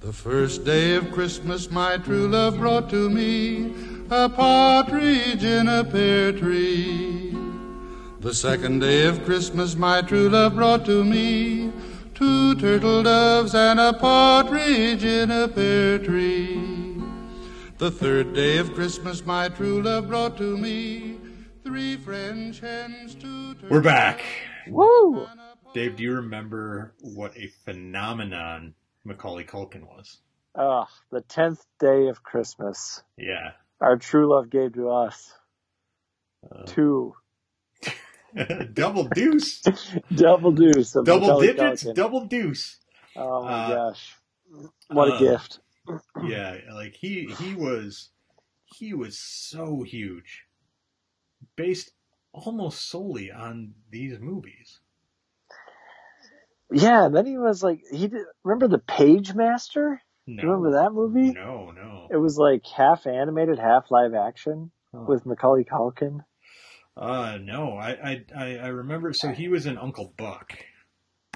The first day of Christmas my true love brought to me a partridge in a pear tree. The second day of Christmas my true love brought to me two turtle doves and a partridge in a pear tree. The third day of Christmas my true love brought to me three French hens, two turtle We're back. Woo! Dave, do you remember what a phenomenon Macaulay Culkin was? Ah, the tenth day of Christmas, Yeah. our true love gave to us two double deuce. double deuce of double Macaulay digits. Culkin. Double deuce. oh my uh, gosh, what uh, a gift! Yeah, like he he was he was so huge. Based almost solely on these movies. Yeah, and then he was like, he did, remember the Page Master? No. You Remember that movie? No, no. It was like half animated, half live action Huh. with Macaulay Culkin. Uh no, I I I, I remember. So he was in Uncle Buck,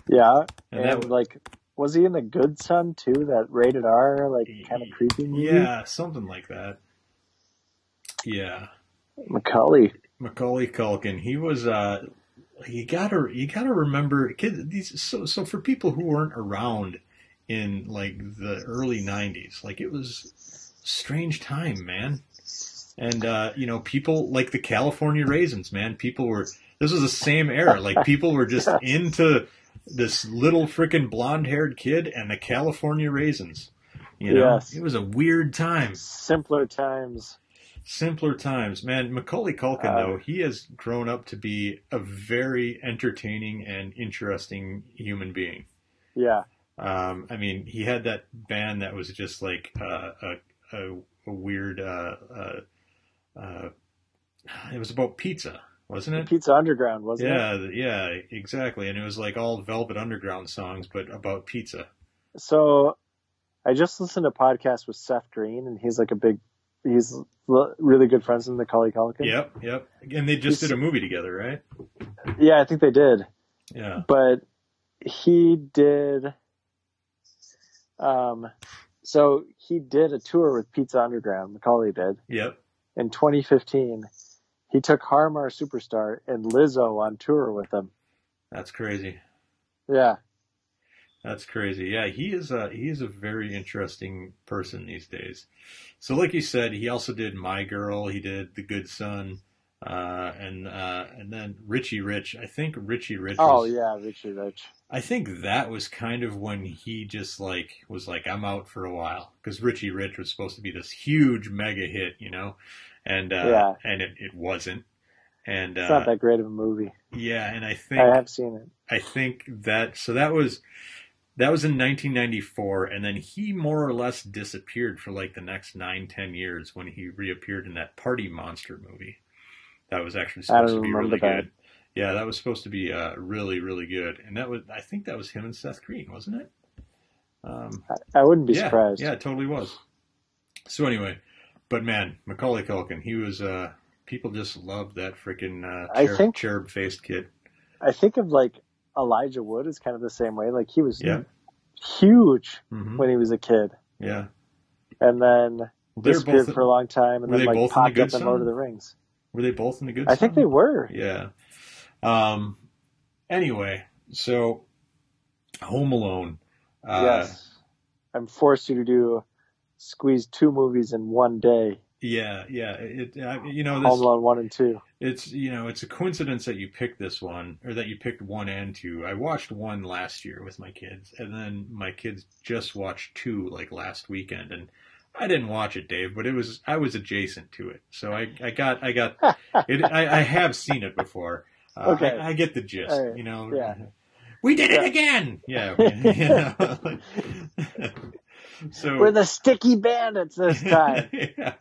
Yeah, and, and that was like, was he in the Good Son too? That rated R, like kind of creepy movie. yeah, something like that. Yeah, Macaulay. Macaulay Culkin. He was. uh You gotta you gotta remember kids. These so so for people who weren't around in like the early '90s, like it was strange time, man. And uh, you know, people like the California raisins, man. People were this was the same era. Like people were just into this little freaking blonde haired kid and the California raisins. You know, Yes. it was a weird time, Simpler times. simpler times, man. Macaulay Culkin, Uh, though, he has grown up to be a very entertaining and interesting human being. Yeah. Um, I mean, he had that band that was just like uh, a, a a weird. Uh, uh, uh, it was about pizza, wasn't it? Pizza Underground, wasn't it? Mm-hmm. Yeah, yeah, exactly. And it was like all Velvet Underground songs, but about pizza. So I just listened to a podcast with Seth Green, and he's like a big, he's l- really good friends with Macaulay Culkin. Yep, yep. And they just did a movie together, right? Yeah, I think they did. Yeah. But he did, um, so he did a tour with Pizza Underground, Macaulay did, Yep. in 2015. He took Harmar Superstar and Lizzo on tour with him. That's crazy. Yeah. That's crazy. Yeah, he is a he is a very interesting person these days. So, like you said, he also did My Girl. He did The Good Son, uh, and uh, and then Richie Rich. I think Richie Rich. Oh, was- yeah, Richie Rich. I think that was kind of when he just like was like I'm out for a while because Richie Rich was supposed to be this huge mega hit, you know, and uh, Yeah. and it, it wasn't. And It's uh, not that great of a movie. yeah, and I think I have seen it. I think that so that was that was in 1994, and then he more or less disappeared for like the next nine ten years when he reappeared in that Party Monster movie. That was actually I don't supposed to be remember really that. good. Yeah, that was supposed to be uh, really really good, and that was I think that was him and Seth Green, wasn't it? Um, I wouldn't be yeah, surprised. Yeah, it totally was. So anyway, but man, Macaulay Culkin, he was. Uh, people just loved that freaking uh, I cherub, think- cherub faced kid. I think of like Elijah Wood is kind of the same way. Like he was Yeah. huge hmm when he was a kid, Yeah, and then they're disappeared both for a long time, and were then they both in like the popped Good up in Son? Lord of the Rings. Were they both in the good? I think they Son? were. Yeah. Um. Anyway, so Home Alone. Uh, yes, I'm forced you to do squeeze two movies in one day: Yeah. Yeah. It. I, you know Home this. Alone one and two. It's you know it's a coincidence that you picked this one or that you picked one and two. I watched one last year with my kids, and then my kids just watched two like last weekend, and I didn't watch it, Dave, but it was I was adjacent to it, so I I got I got it. I, I have seen it before. Uh, Okay. I, I get the gist. All right. You know. Yeah. We did it Yeah. again. Yeah. we- you know, so We're the Sticky Bandits this time. yeah.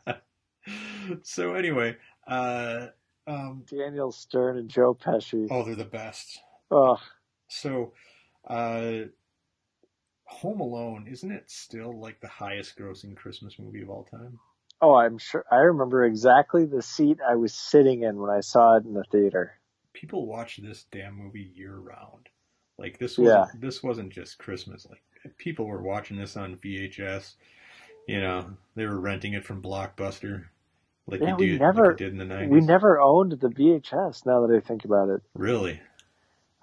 So anyway, uh, um, Daniel Stern and Joe Pesci. oh, they're the best. Oh, So, uh, Home Alone isn't it still like the highest grossing Christmas movie of all time? oh, I'm sure. I remember exactly the seat I was sitting in when I saw it in the theater. People watch this damn movie year round. Like this was Yeah. not this wasn't just Christmas. Like people were watching this on VHS. You know, they were renting it from Blockbuster, like Yeah, you we do, never- like you did in the We nineties. never owned the VHS. Now that I think about it, Really?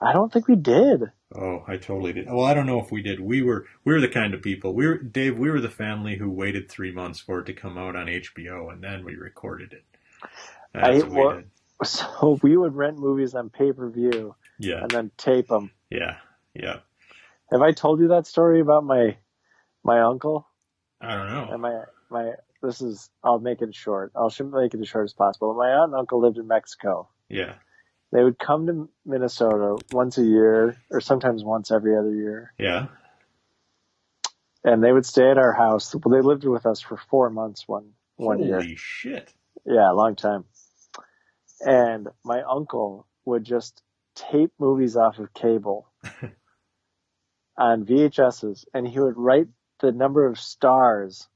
I don't think we did. Oh, I totally did. Well, I don't know if we did. We were we were the kind of people. We were Dave. We were the family who waited three months for it to come out on HBO, and then we recorded it. That's I- what we well- did. So we would rent movies on pay per view Yeah, and then tape them. yeah, yeah. Have I told you that story about my my uncle I don't know. and my my? This is I'll make it short. I'll sh- make it as short as possible. My aunt and uncle lived in Mexico. Yeah, They would come to Minnesota once a year, or sometimes once every other year, yeah. and they would stay at our house. Well, they lived with us for four months one one Holy year. shit! Yeah, a long time. And my uncle would just tape movies off of cable on VHSs, and he would write the number of stars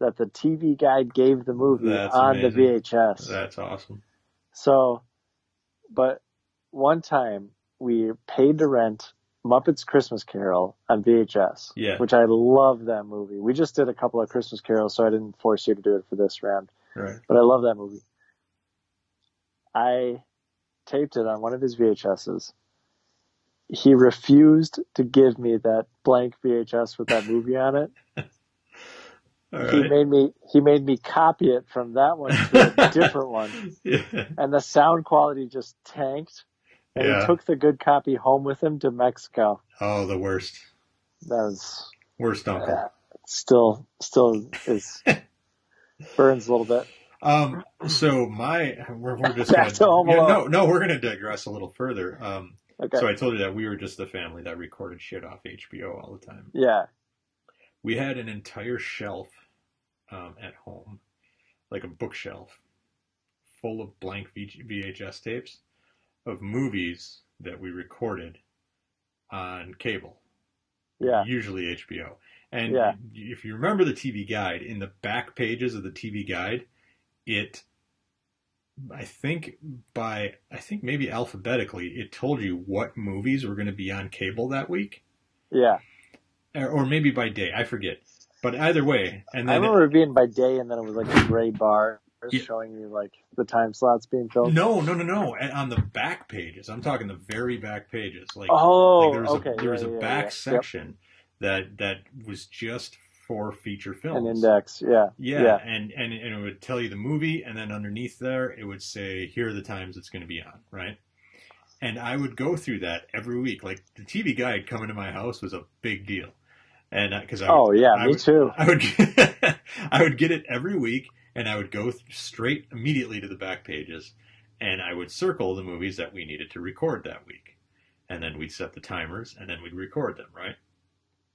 that the TV guide gave the movie That's on amazing. the VHS. That's awesome. So, but one time we paid to rent Muppets Christmas Carol on VHS, Yeah. which I love that movie. We just did a couple of Christmas carols, so I didn't force you to do it for this round Right. but I love that movie. I taped it on one of his VHSs. He refused to give me that blank VHS with that movie on it. All He right. made me he made me copy it from that one to a different one, Yeah. and the sound quality just tanked. And Yeah. he took the good copy home with him to Mexico. Oh, the worst, That was uh, worst uncle. still still is burns a little bit. Um, so my we're, we're just Back gonna, to Home yeah, Alone. no no we're gonna digress a little further. Um, Okay. so I told you that we were just the family that recorded shit off HBO all the time. Yeah. We had an entire shelf um, at home, like a bookshelf, full of blank VG VHS tapes of movies that we recorded on cable. Yeah. usually HBO. And Yeah. if you remember the TV guide, in the back pages of the TV guide, it, I think by, I think maybe alphabetically, it told you what movies were going to be on cable that week, Yeah. or, or maybe by day. I forget. But either way, and I then remember it being by day, and then it was like a gray bar Yeah. showing you like the time slots being filled. no, no, no, no, and on the back pages. I'm talking the very back pages, like oh, like there was okay. a, there yeah, was a yeah, yeah, back yeah. section that that was just for feature Yep. an films. index. Yeah, Yeah, Yeah. And, and and it would tell you the movie, and then underneath there it would say, "Here are the times it's going to be on." Right, and I would go through that every week. Like the TV guide coming to my house was a big deal, and because I, oh would- yeah, I me would, too. I would get, I would get it every week, and I would go th- straight immediately to the back pages, and I would circle the movies that we needed to record that week, and then we'd set the timers, and then we'd record them. Right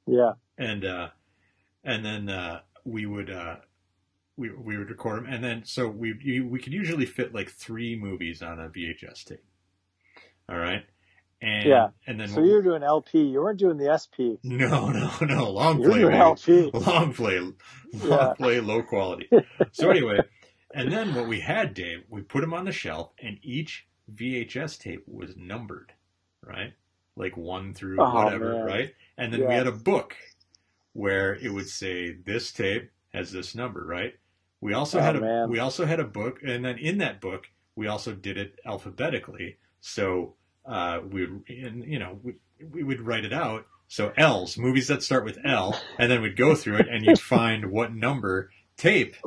Yeah, and uh, and then uh, we would uh, we we would record them, and then so we you- we could usually fit like three movies on a VHS tape. All right, and Yeah. and then so you were doing LP. You weren't doing the SP. no no no long You were play Oh, doing baby. LP. long play long Yeah. play low quality. So anyway, and then what we had, Dave, we put them on the shelf, and each VHS tape was numbered, right? Like one through Oh, whatever, man. right? And then we Yeah. had a book where it would say this tape has this number, right? We also Oh, had a man. we also had a book, and then in that book we also did it alphabetically. So uh, we would, and, you know, we, we would write it out. So L's, movies that start with L, and then we'd go through it and you'd find what number tape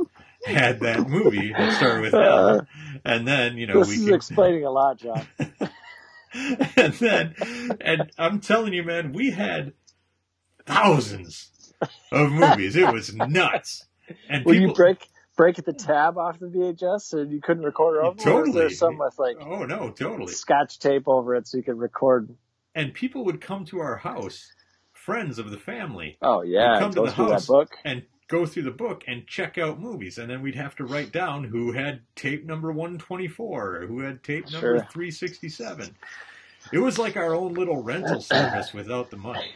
had that movie that started with L. And then, you know, this we is could- explaining a lot, John. and then, and I'm telling you, man, we had thousands of movies. It was nuts. And Will people, you break break the tab off the VHS so you couldn't record over? Or was Totally. there some with like oh no, totally. scotch tape over it so you could record? And people would come to our house, friends of the family, Oh yeah, You come and to go the through house. that book. and go through the book and check out movies and then we'd have to write down who had tape number 124 who had tape number Sure. 367 it was like our own little rental service without the money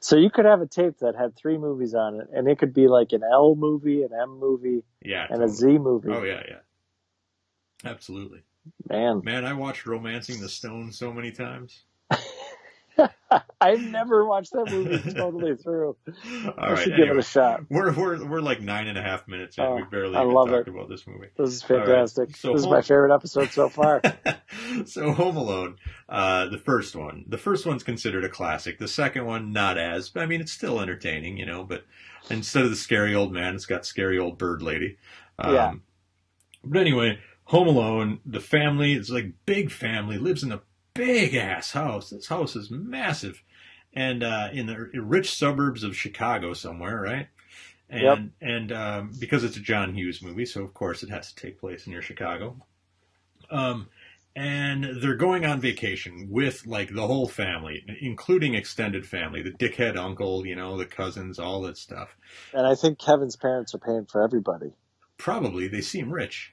So you could have a tape that had three movies on it, and it could be like an L movie, an M movie, yeah and a totally. Z movie. oh yeah yeah absolutely Man, man i watched romancing the stone so many times I've never watched that movie totally through. All I right, should give anyway, it a shot. we're we're we're like nine and a half minutes in. Oh, we barely I even love talked it. about this movie. This is All right. fantastic. So this is hold- my favorite episode so far. so Home Alone, uh, the first one. The first one's considered a classic. The second one, not as. But I mean, it's still entertaining, you know. But instead of the scary old man, it's got scary old bird lady. Um, Yeah. But anyway, Home Alone. The family is like big family lives in a big ass house. This house is massive, and uh, in the rich suburbs of Chicago somewhere, right? And Yep. and um, because it's a John Hughes movie, so of course it has to take place near Chicago. Um, and they're going on vacation with like the whole family, including extended family, the dickhead uncle, you know, the cousins, all that stuff. And I think Kevin's parents are paying for everybody. Probably they seem rich.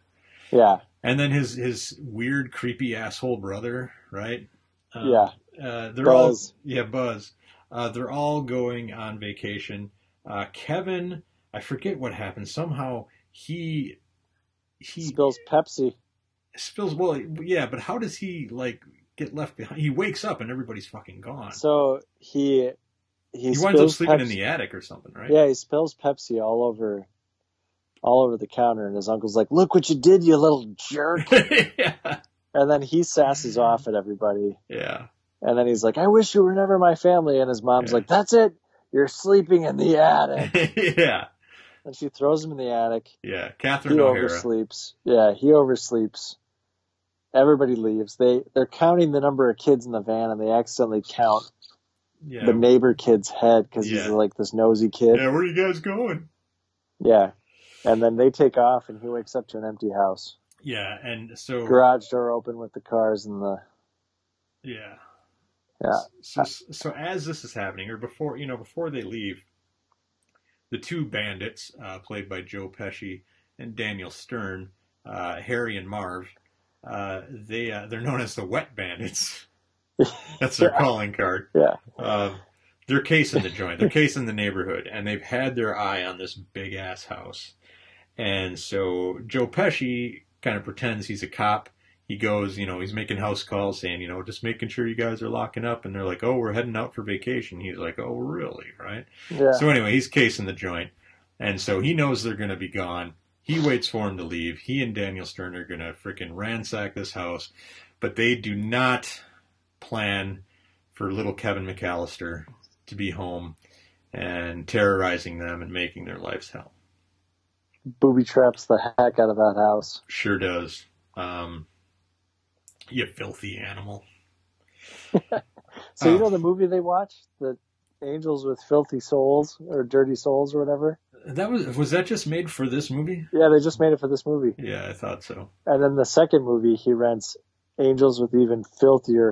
Yeah. And then his his weird, creepy asshole brother, right? Um, Yeah. Uh, they're Buzz. all yeah, Buzz. Uh, they're all going on vacation. Uh, Kevin, I forget what happened. Somehow he he Spills Pepsi. spills. Well, yeah, but how does he like get left behind? He wakes up and everybody's fucking gone. So he he, he spills winds up sleeping in Pepsi- the attic or something, right? Yeah, he spills Pepsi all over all over the counter and his uncle's like, Look what you did, you little jerk yeah. and then he sasses off at everybody Yeah. and then he's like, I wish you were never my family and his mom's Yeah. like, That's it, you're sleeping in the attic yeah. and she throws him in the attic. Yeah. Catherine He O'Hara. oversleeps. Yeah, he oversleeps. Everybody leaves. They they're counting the number of kids in the van and they accidentally count Yeah. the neighbor kid's head because he's Yeah. like this nosy kid. yeah. Where you guys going? Yeah. And then they take off, and he wakes up to an empty house. Yeah. And so. Garage door open with the cars and the. Yeah. Yeah. So, so as this is happening, or before you know, before they leave, the two bandits, uh, played by Joe Pesci and Daniel Stern, uh, Harry and Marv, uh, they uh, they're known as the Wet Bandits. That's their calling card. Yeah. Um, they're casing the joint. They're casing the neighborhood, and they've had their eye on this big ass house. And so Joe Pesci kind of pretends he's a cop. He goes, you know, he's making house calls, saying, you know, just making sure you guys are locking up. And they're like, oh, we're heading out for vacation. He's like, oh, really? Right. Yeah. So anyway, he's casing the joint, and so he knows they're going to be gone. He waits for him to leave. He and Daniel Stern are going to freaking ransack this house, but they do not plan for little Kevin McAllister to be home and terrorizing them and making their lives hell. Booby traps the heck out of that house. Sure does. Um, you filthy animal. So, you Oh. know the movie they watched? The Angels with Filthy Souls or Dirty Souls or whatever? That was was that just made for this movie? Yeah, they just made it for this movie. Yeah, I thought so. And then the second movie, he rents Angels with Even Filthier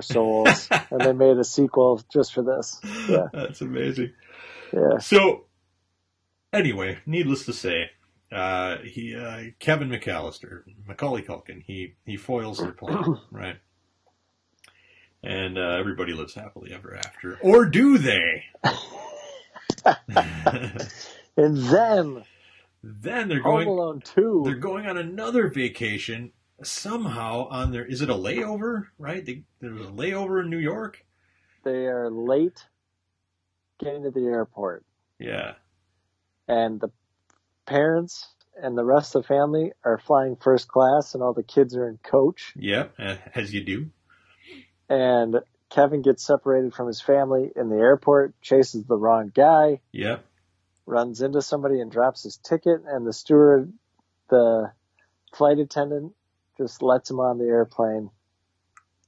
Souls. and they made a sequel just for this. Yeah. That's amazing. Yeah. So, anyway, needless to say, uh, he uh, Kevin McAllister, Macaulay Culkin, he he foils their plan, right? And uh, everybody lives happily ever after, or do they? And then then they're Home going. Alone 2. They're going on another vacation somehow. On their is it a layover? Right? They, there was a layover in New York. they are late getting to the airport Yeah. and the parents and the rest of the family are flying first class and all the kids are in coach Yep. a- As you do. and kevin gets separated from his family in the airport chases the wrong guy Yep. runs into somebody and drops his ticket and the steward the flight attendant just lets him on the airplane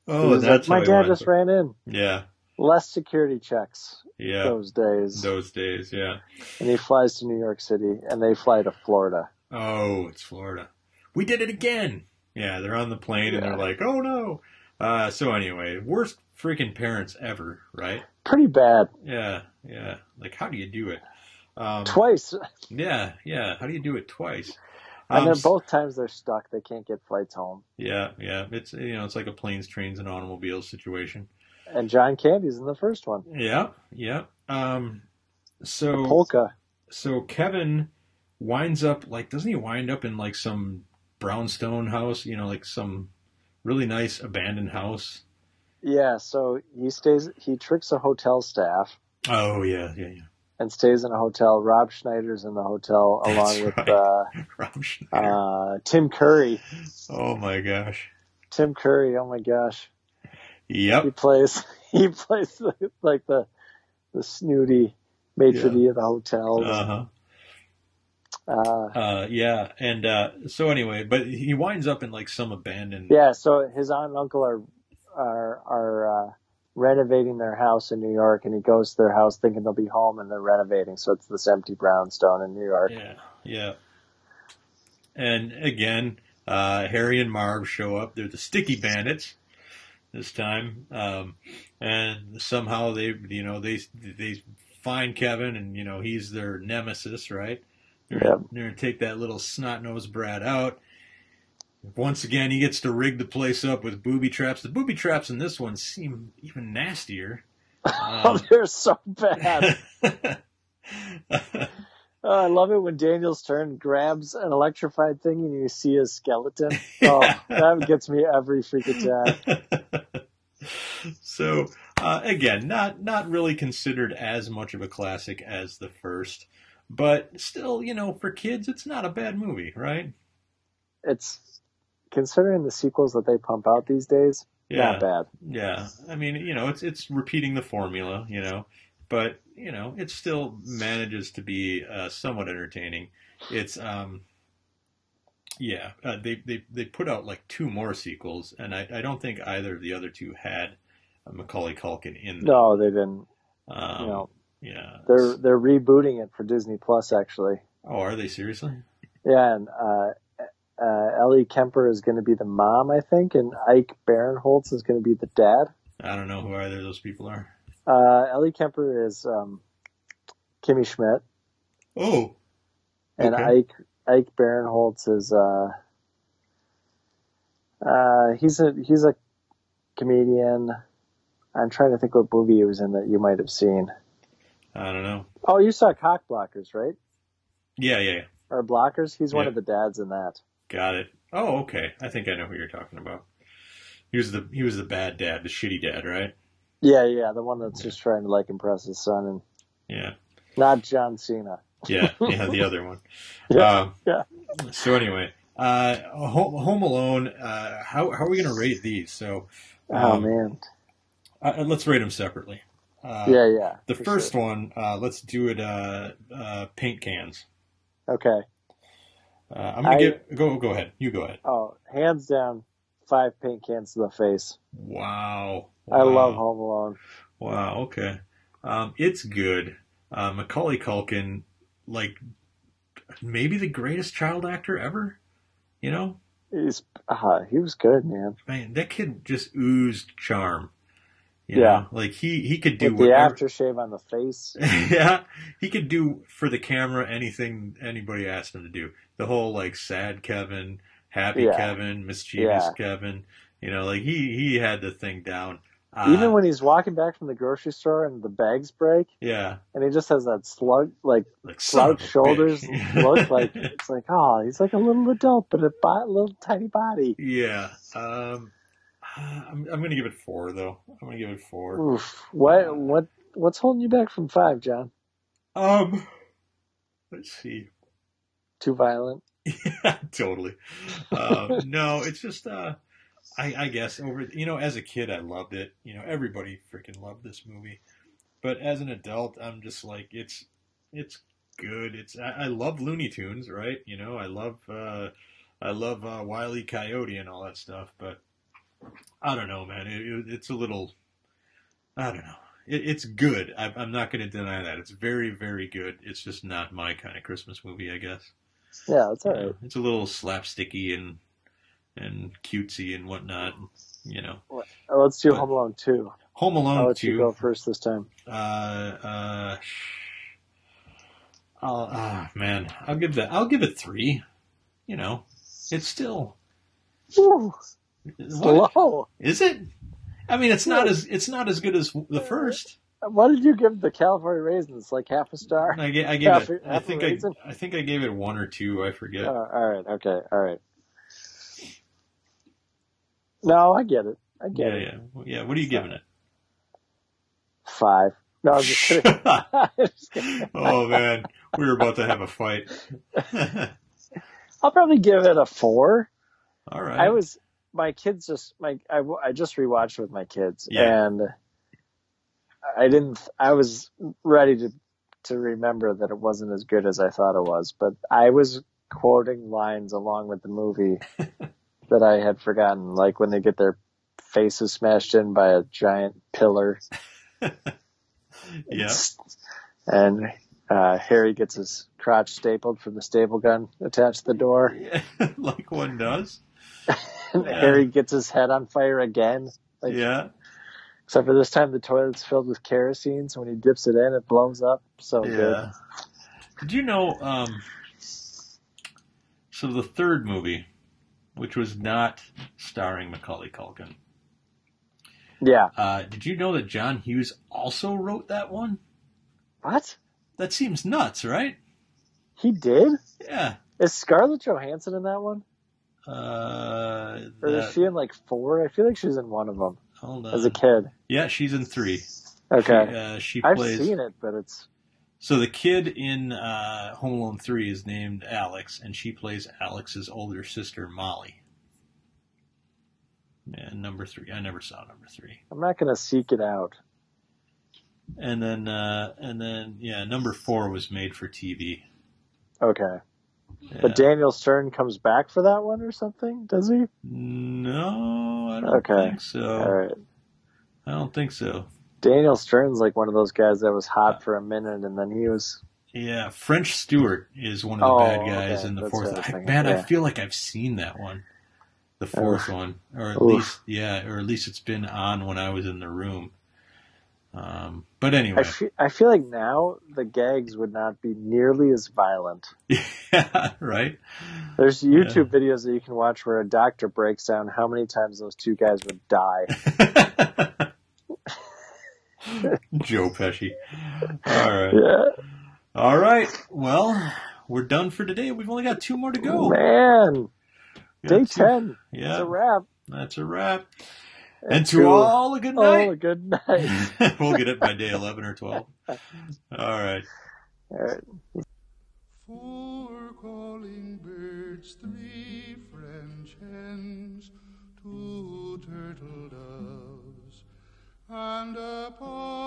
He Oh, was like, that's how my he dad winds just up- ran in Yeah. less security checks Yeah. those days Those days, yeah. and he flies to new york city and they fly to florida Oh, it's Florida. We did it again. Yeah, they're on the plane and Yeah. they're like, oh no. Uh, so anyway, worst freaking parents ever, right? pretty bad Yeah, yeah. Like, how do you do it? Um, twice, yeah, yeah. How do you do it twice? and Um, they're both times they're stuck. They can't get flights home. Yeah, yeah. It's you know, it's like a planes, trains, and automobiles situation. And John Candy's in the first one. Yeah, yeah. Um, so Polka. so Kevin winds up like doesn't he wind up in like some brownstone house, you know, like some really nice abandoned house yeah, so he stays. He tricks a hotel staff Oh yeah, yeah, yeah. and stays in a hotel. Rob Schneider's in the hotel That's along with right. uh, Rob Schneider. uh, Tim Curry. oh my gosh. Tim Curry. Oh my gosh, he Yep. plays. He plays like the the snooty maitre Yeah. d' of the hotel. Uh huh. Uh, Uh yeah. And uh so anyway, but he winds up in like some abandoned. yeah, so his aunt and uncle are are are uh, renovating their house in New York, and he goes to their house thinking they'll be home, and they're renovating. So it's this empty brownstone in New York. Yeah. Yeah. And again, uh, Harry and Marv show up. They're the sticky bandits this time, um, and somehow they, you know, they they find Kevin, and you know he's their nemesis, right? They're, Yep. they're gonna take that little snot nosed Brad out. Once again, he gets to rig the place up with booby traps. The booby traps in this one seem even nastier. Oh, Um, they're so bad. Oh, I love it when Daniel's turn grabs an electrified thing and you see his skeleton. Oh, that gets me every freaking time. so uh, again, not not really considered as much of a classic as the first, but still, you know, for kids, it's not a bad movie, right? It's considering the sequels that they pump out these days, not bad. yeah. I mean, you know, it's it's repeating the formula, you know, but you know, it still manages to be uh, somewhat entertaining. It's um. Yeah, uh, they, they they put out like two more sequels, and I, I don't think either of the other two had uh, Macaulay Culkin in them. No, they didn't. Um, You know, yeah. they're they're rebooting it for Disney Plus actually. oh, are they seriously? Yeah, and uh, uh, Ellie Kemper is going to be the mom, I think, and Ike Barinholtz is going to be the dad. I don't know who either of those people are. Uh, Ellie Kemper is um, Kimmy Schmidt, Oh, and Okay. Ike Ike Barinholtz is uh, uh, he's a he's a comedian. I'm trying to think what movie he was in that you might have seen. I don't know. Oh, you saw Cock Blockers, right? Yeah, yeah, yeah. Or Blockers? He's one Yeah. of the dads in that. got it. Oh, okay. I think I know who you're talking about. He was the he was the bad dad, the shitty dad, right? Yeah, yeah, the one that's just trying to like impress his son and Yeah, not John Cena. yeah, yeah. The other one. Yeah, Um, yeah. So anyway, uh, Home, Home Alone. Uh, how how are we gonna rate these? So Oh um, man. uh, let's rate them separately. Uh, yeah, yeah. The for first sure. one, uh, let's do it. Uh, uh, paint cans. Okay. Uh, I'm gonna I- get go go ahead. You go ahead. Oh, hands down, five paint cans to the face. Wow. I love Wow. Home Alone. Wow. Okay. Um, it's good. Uh, Macaulay Culkin, like maybe the greatest child actor ever. You know, He's uh, he was good, man. man, that kid just oozed charm. You Yeah. know? like he he could do With whatever. the aftershave on the face. yeah, he could do for the camera anything anybody asked him to do. The whole like sad Kevin, happy Yeah. Kevin, mischievous Yeah. Kevin. You know, like he he had the thing down. Uh, Even when he's walking back from the grocery store and the bags break, yeah, and he just has that slug, like like son of slouch a shoulders bitch. look, like it's like, oh, he's like a little adult, but a bo- little tiny body. yeah. Um, I'm I'm gonna give it four though. I'm gonna give it four. Oof. What what what's holding you back from five, John? Um, let's see. Too violent. totally. Um, no, it's just uh, I, I guess over you know as a kid I loved it. You know everybody freaking loved this movie, but as an adult I'm just like it's it's good. It's I, I love Looney Tunes, right? You know I love uh, I love uh, Wiley Coyote and all that stuff, but I don't know, man. It, it, it's a little I don't know. It, it's good. I, I'm not going to deny that. It's very, very good. It's just not my kind of Christmas movie, I guess. Yeah, it's all Yeah, right. It's a little slapsticky and and cutesy and whatnot. You know, Oh, let's do But- Home Alone two. Home I'll Alone let you go two. first this time. Uh, uh, I'll, ah, man, I'll give that. I'll give it three. You know, it's still Woo, what slow. is it? I mean, it's not as it's not as good as the first. Why did you give the California raisins like half a star? I gave, I gave Half it. a- I half a think I, raisin? I think I gave it one or two. I forget. Oh, all right. Okay. All right. No, I get it. I get Yeah, it. yeah, Well, yeah. What are you giving it? Five. No, I'm just kidding. I'm just kidding. oh man, we were about to have a fight. I'll probably give it a four. All right. I was my kids just my I, w- I just rewatched with my kids Yeah. and I didn't I was ready to to remember that it wasn't as good as I thought it was, but I was quoting lines along with the movie that I had forgotten, like when they get their faces smashed in by a giant pillar. Yeah. And uh, Harry gets his crotch stapled from the staple gun attached to the door. Yeah, like one does. And Yeah. Harry gets his head on fire again. Like, Yeah. Except for this time, the toilet's filled with kerosene, so when he dips it in, it blows up. So good. Yeah. Did you know? Um, so the third movie, which was not starring Macaulay Culkin, Yeah. uh, did you know that John Hughes also wrote that one? What? That seems nuts, right? He did? Yeah. Is Scarlett Johansson in that one? Uh, Or that- is she in like four? I feel like she's in one of them hold on. as a kid. Yeah, she's in three. Okay. She, uh, she I've plays. seen it, but it's. So the kid in uh, Home Alone three is named Alex, and she plays Alex's older sister Molly. Yeah, number three. I never saw number three. I'm not going to seek it out. And then, uh, and then, yeah, number four was made for TV. Okay. Yeah. But Daniel Stern comes back for that one or something, does he? no, I don't Okay. think so. All right. I don't think so. Daniel Stern's like one of those guys that was hot for a minute and then he was. Yeah, French Stewart is one of the Oh, bad guys okay. in the That's fourth. what I was I, thinking, man, I yeah. feel like I've seen that one, the fourth one, or at Oof. least yeah, or at least it's been on when I was in the room. Um, but I anyway, fe- I feel like now the gags would not be nearly as violent. yeah, right. There's Yeah. YouTube videos that you can watch where a doctor breaks down how many times those two guys would die. Joe Pesci. All right, Yeah. all right. Well, we're done for today. We've only got two more to go. Man, We got two- day 10. It's a Yeah, wrap. that's a wrap. And to to all a good all night. a Oh, good night. we'll get it by day 11 or 12. All right. All right. Four calling birds, three French hens, two turtle doves, and a partridge.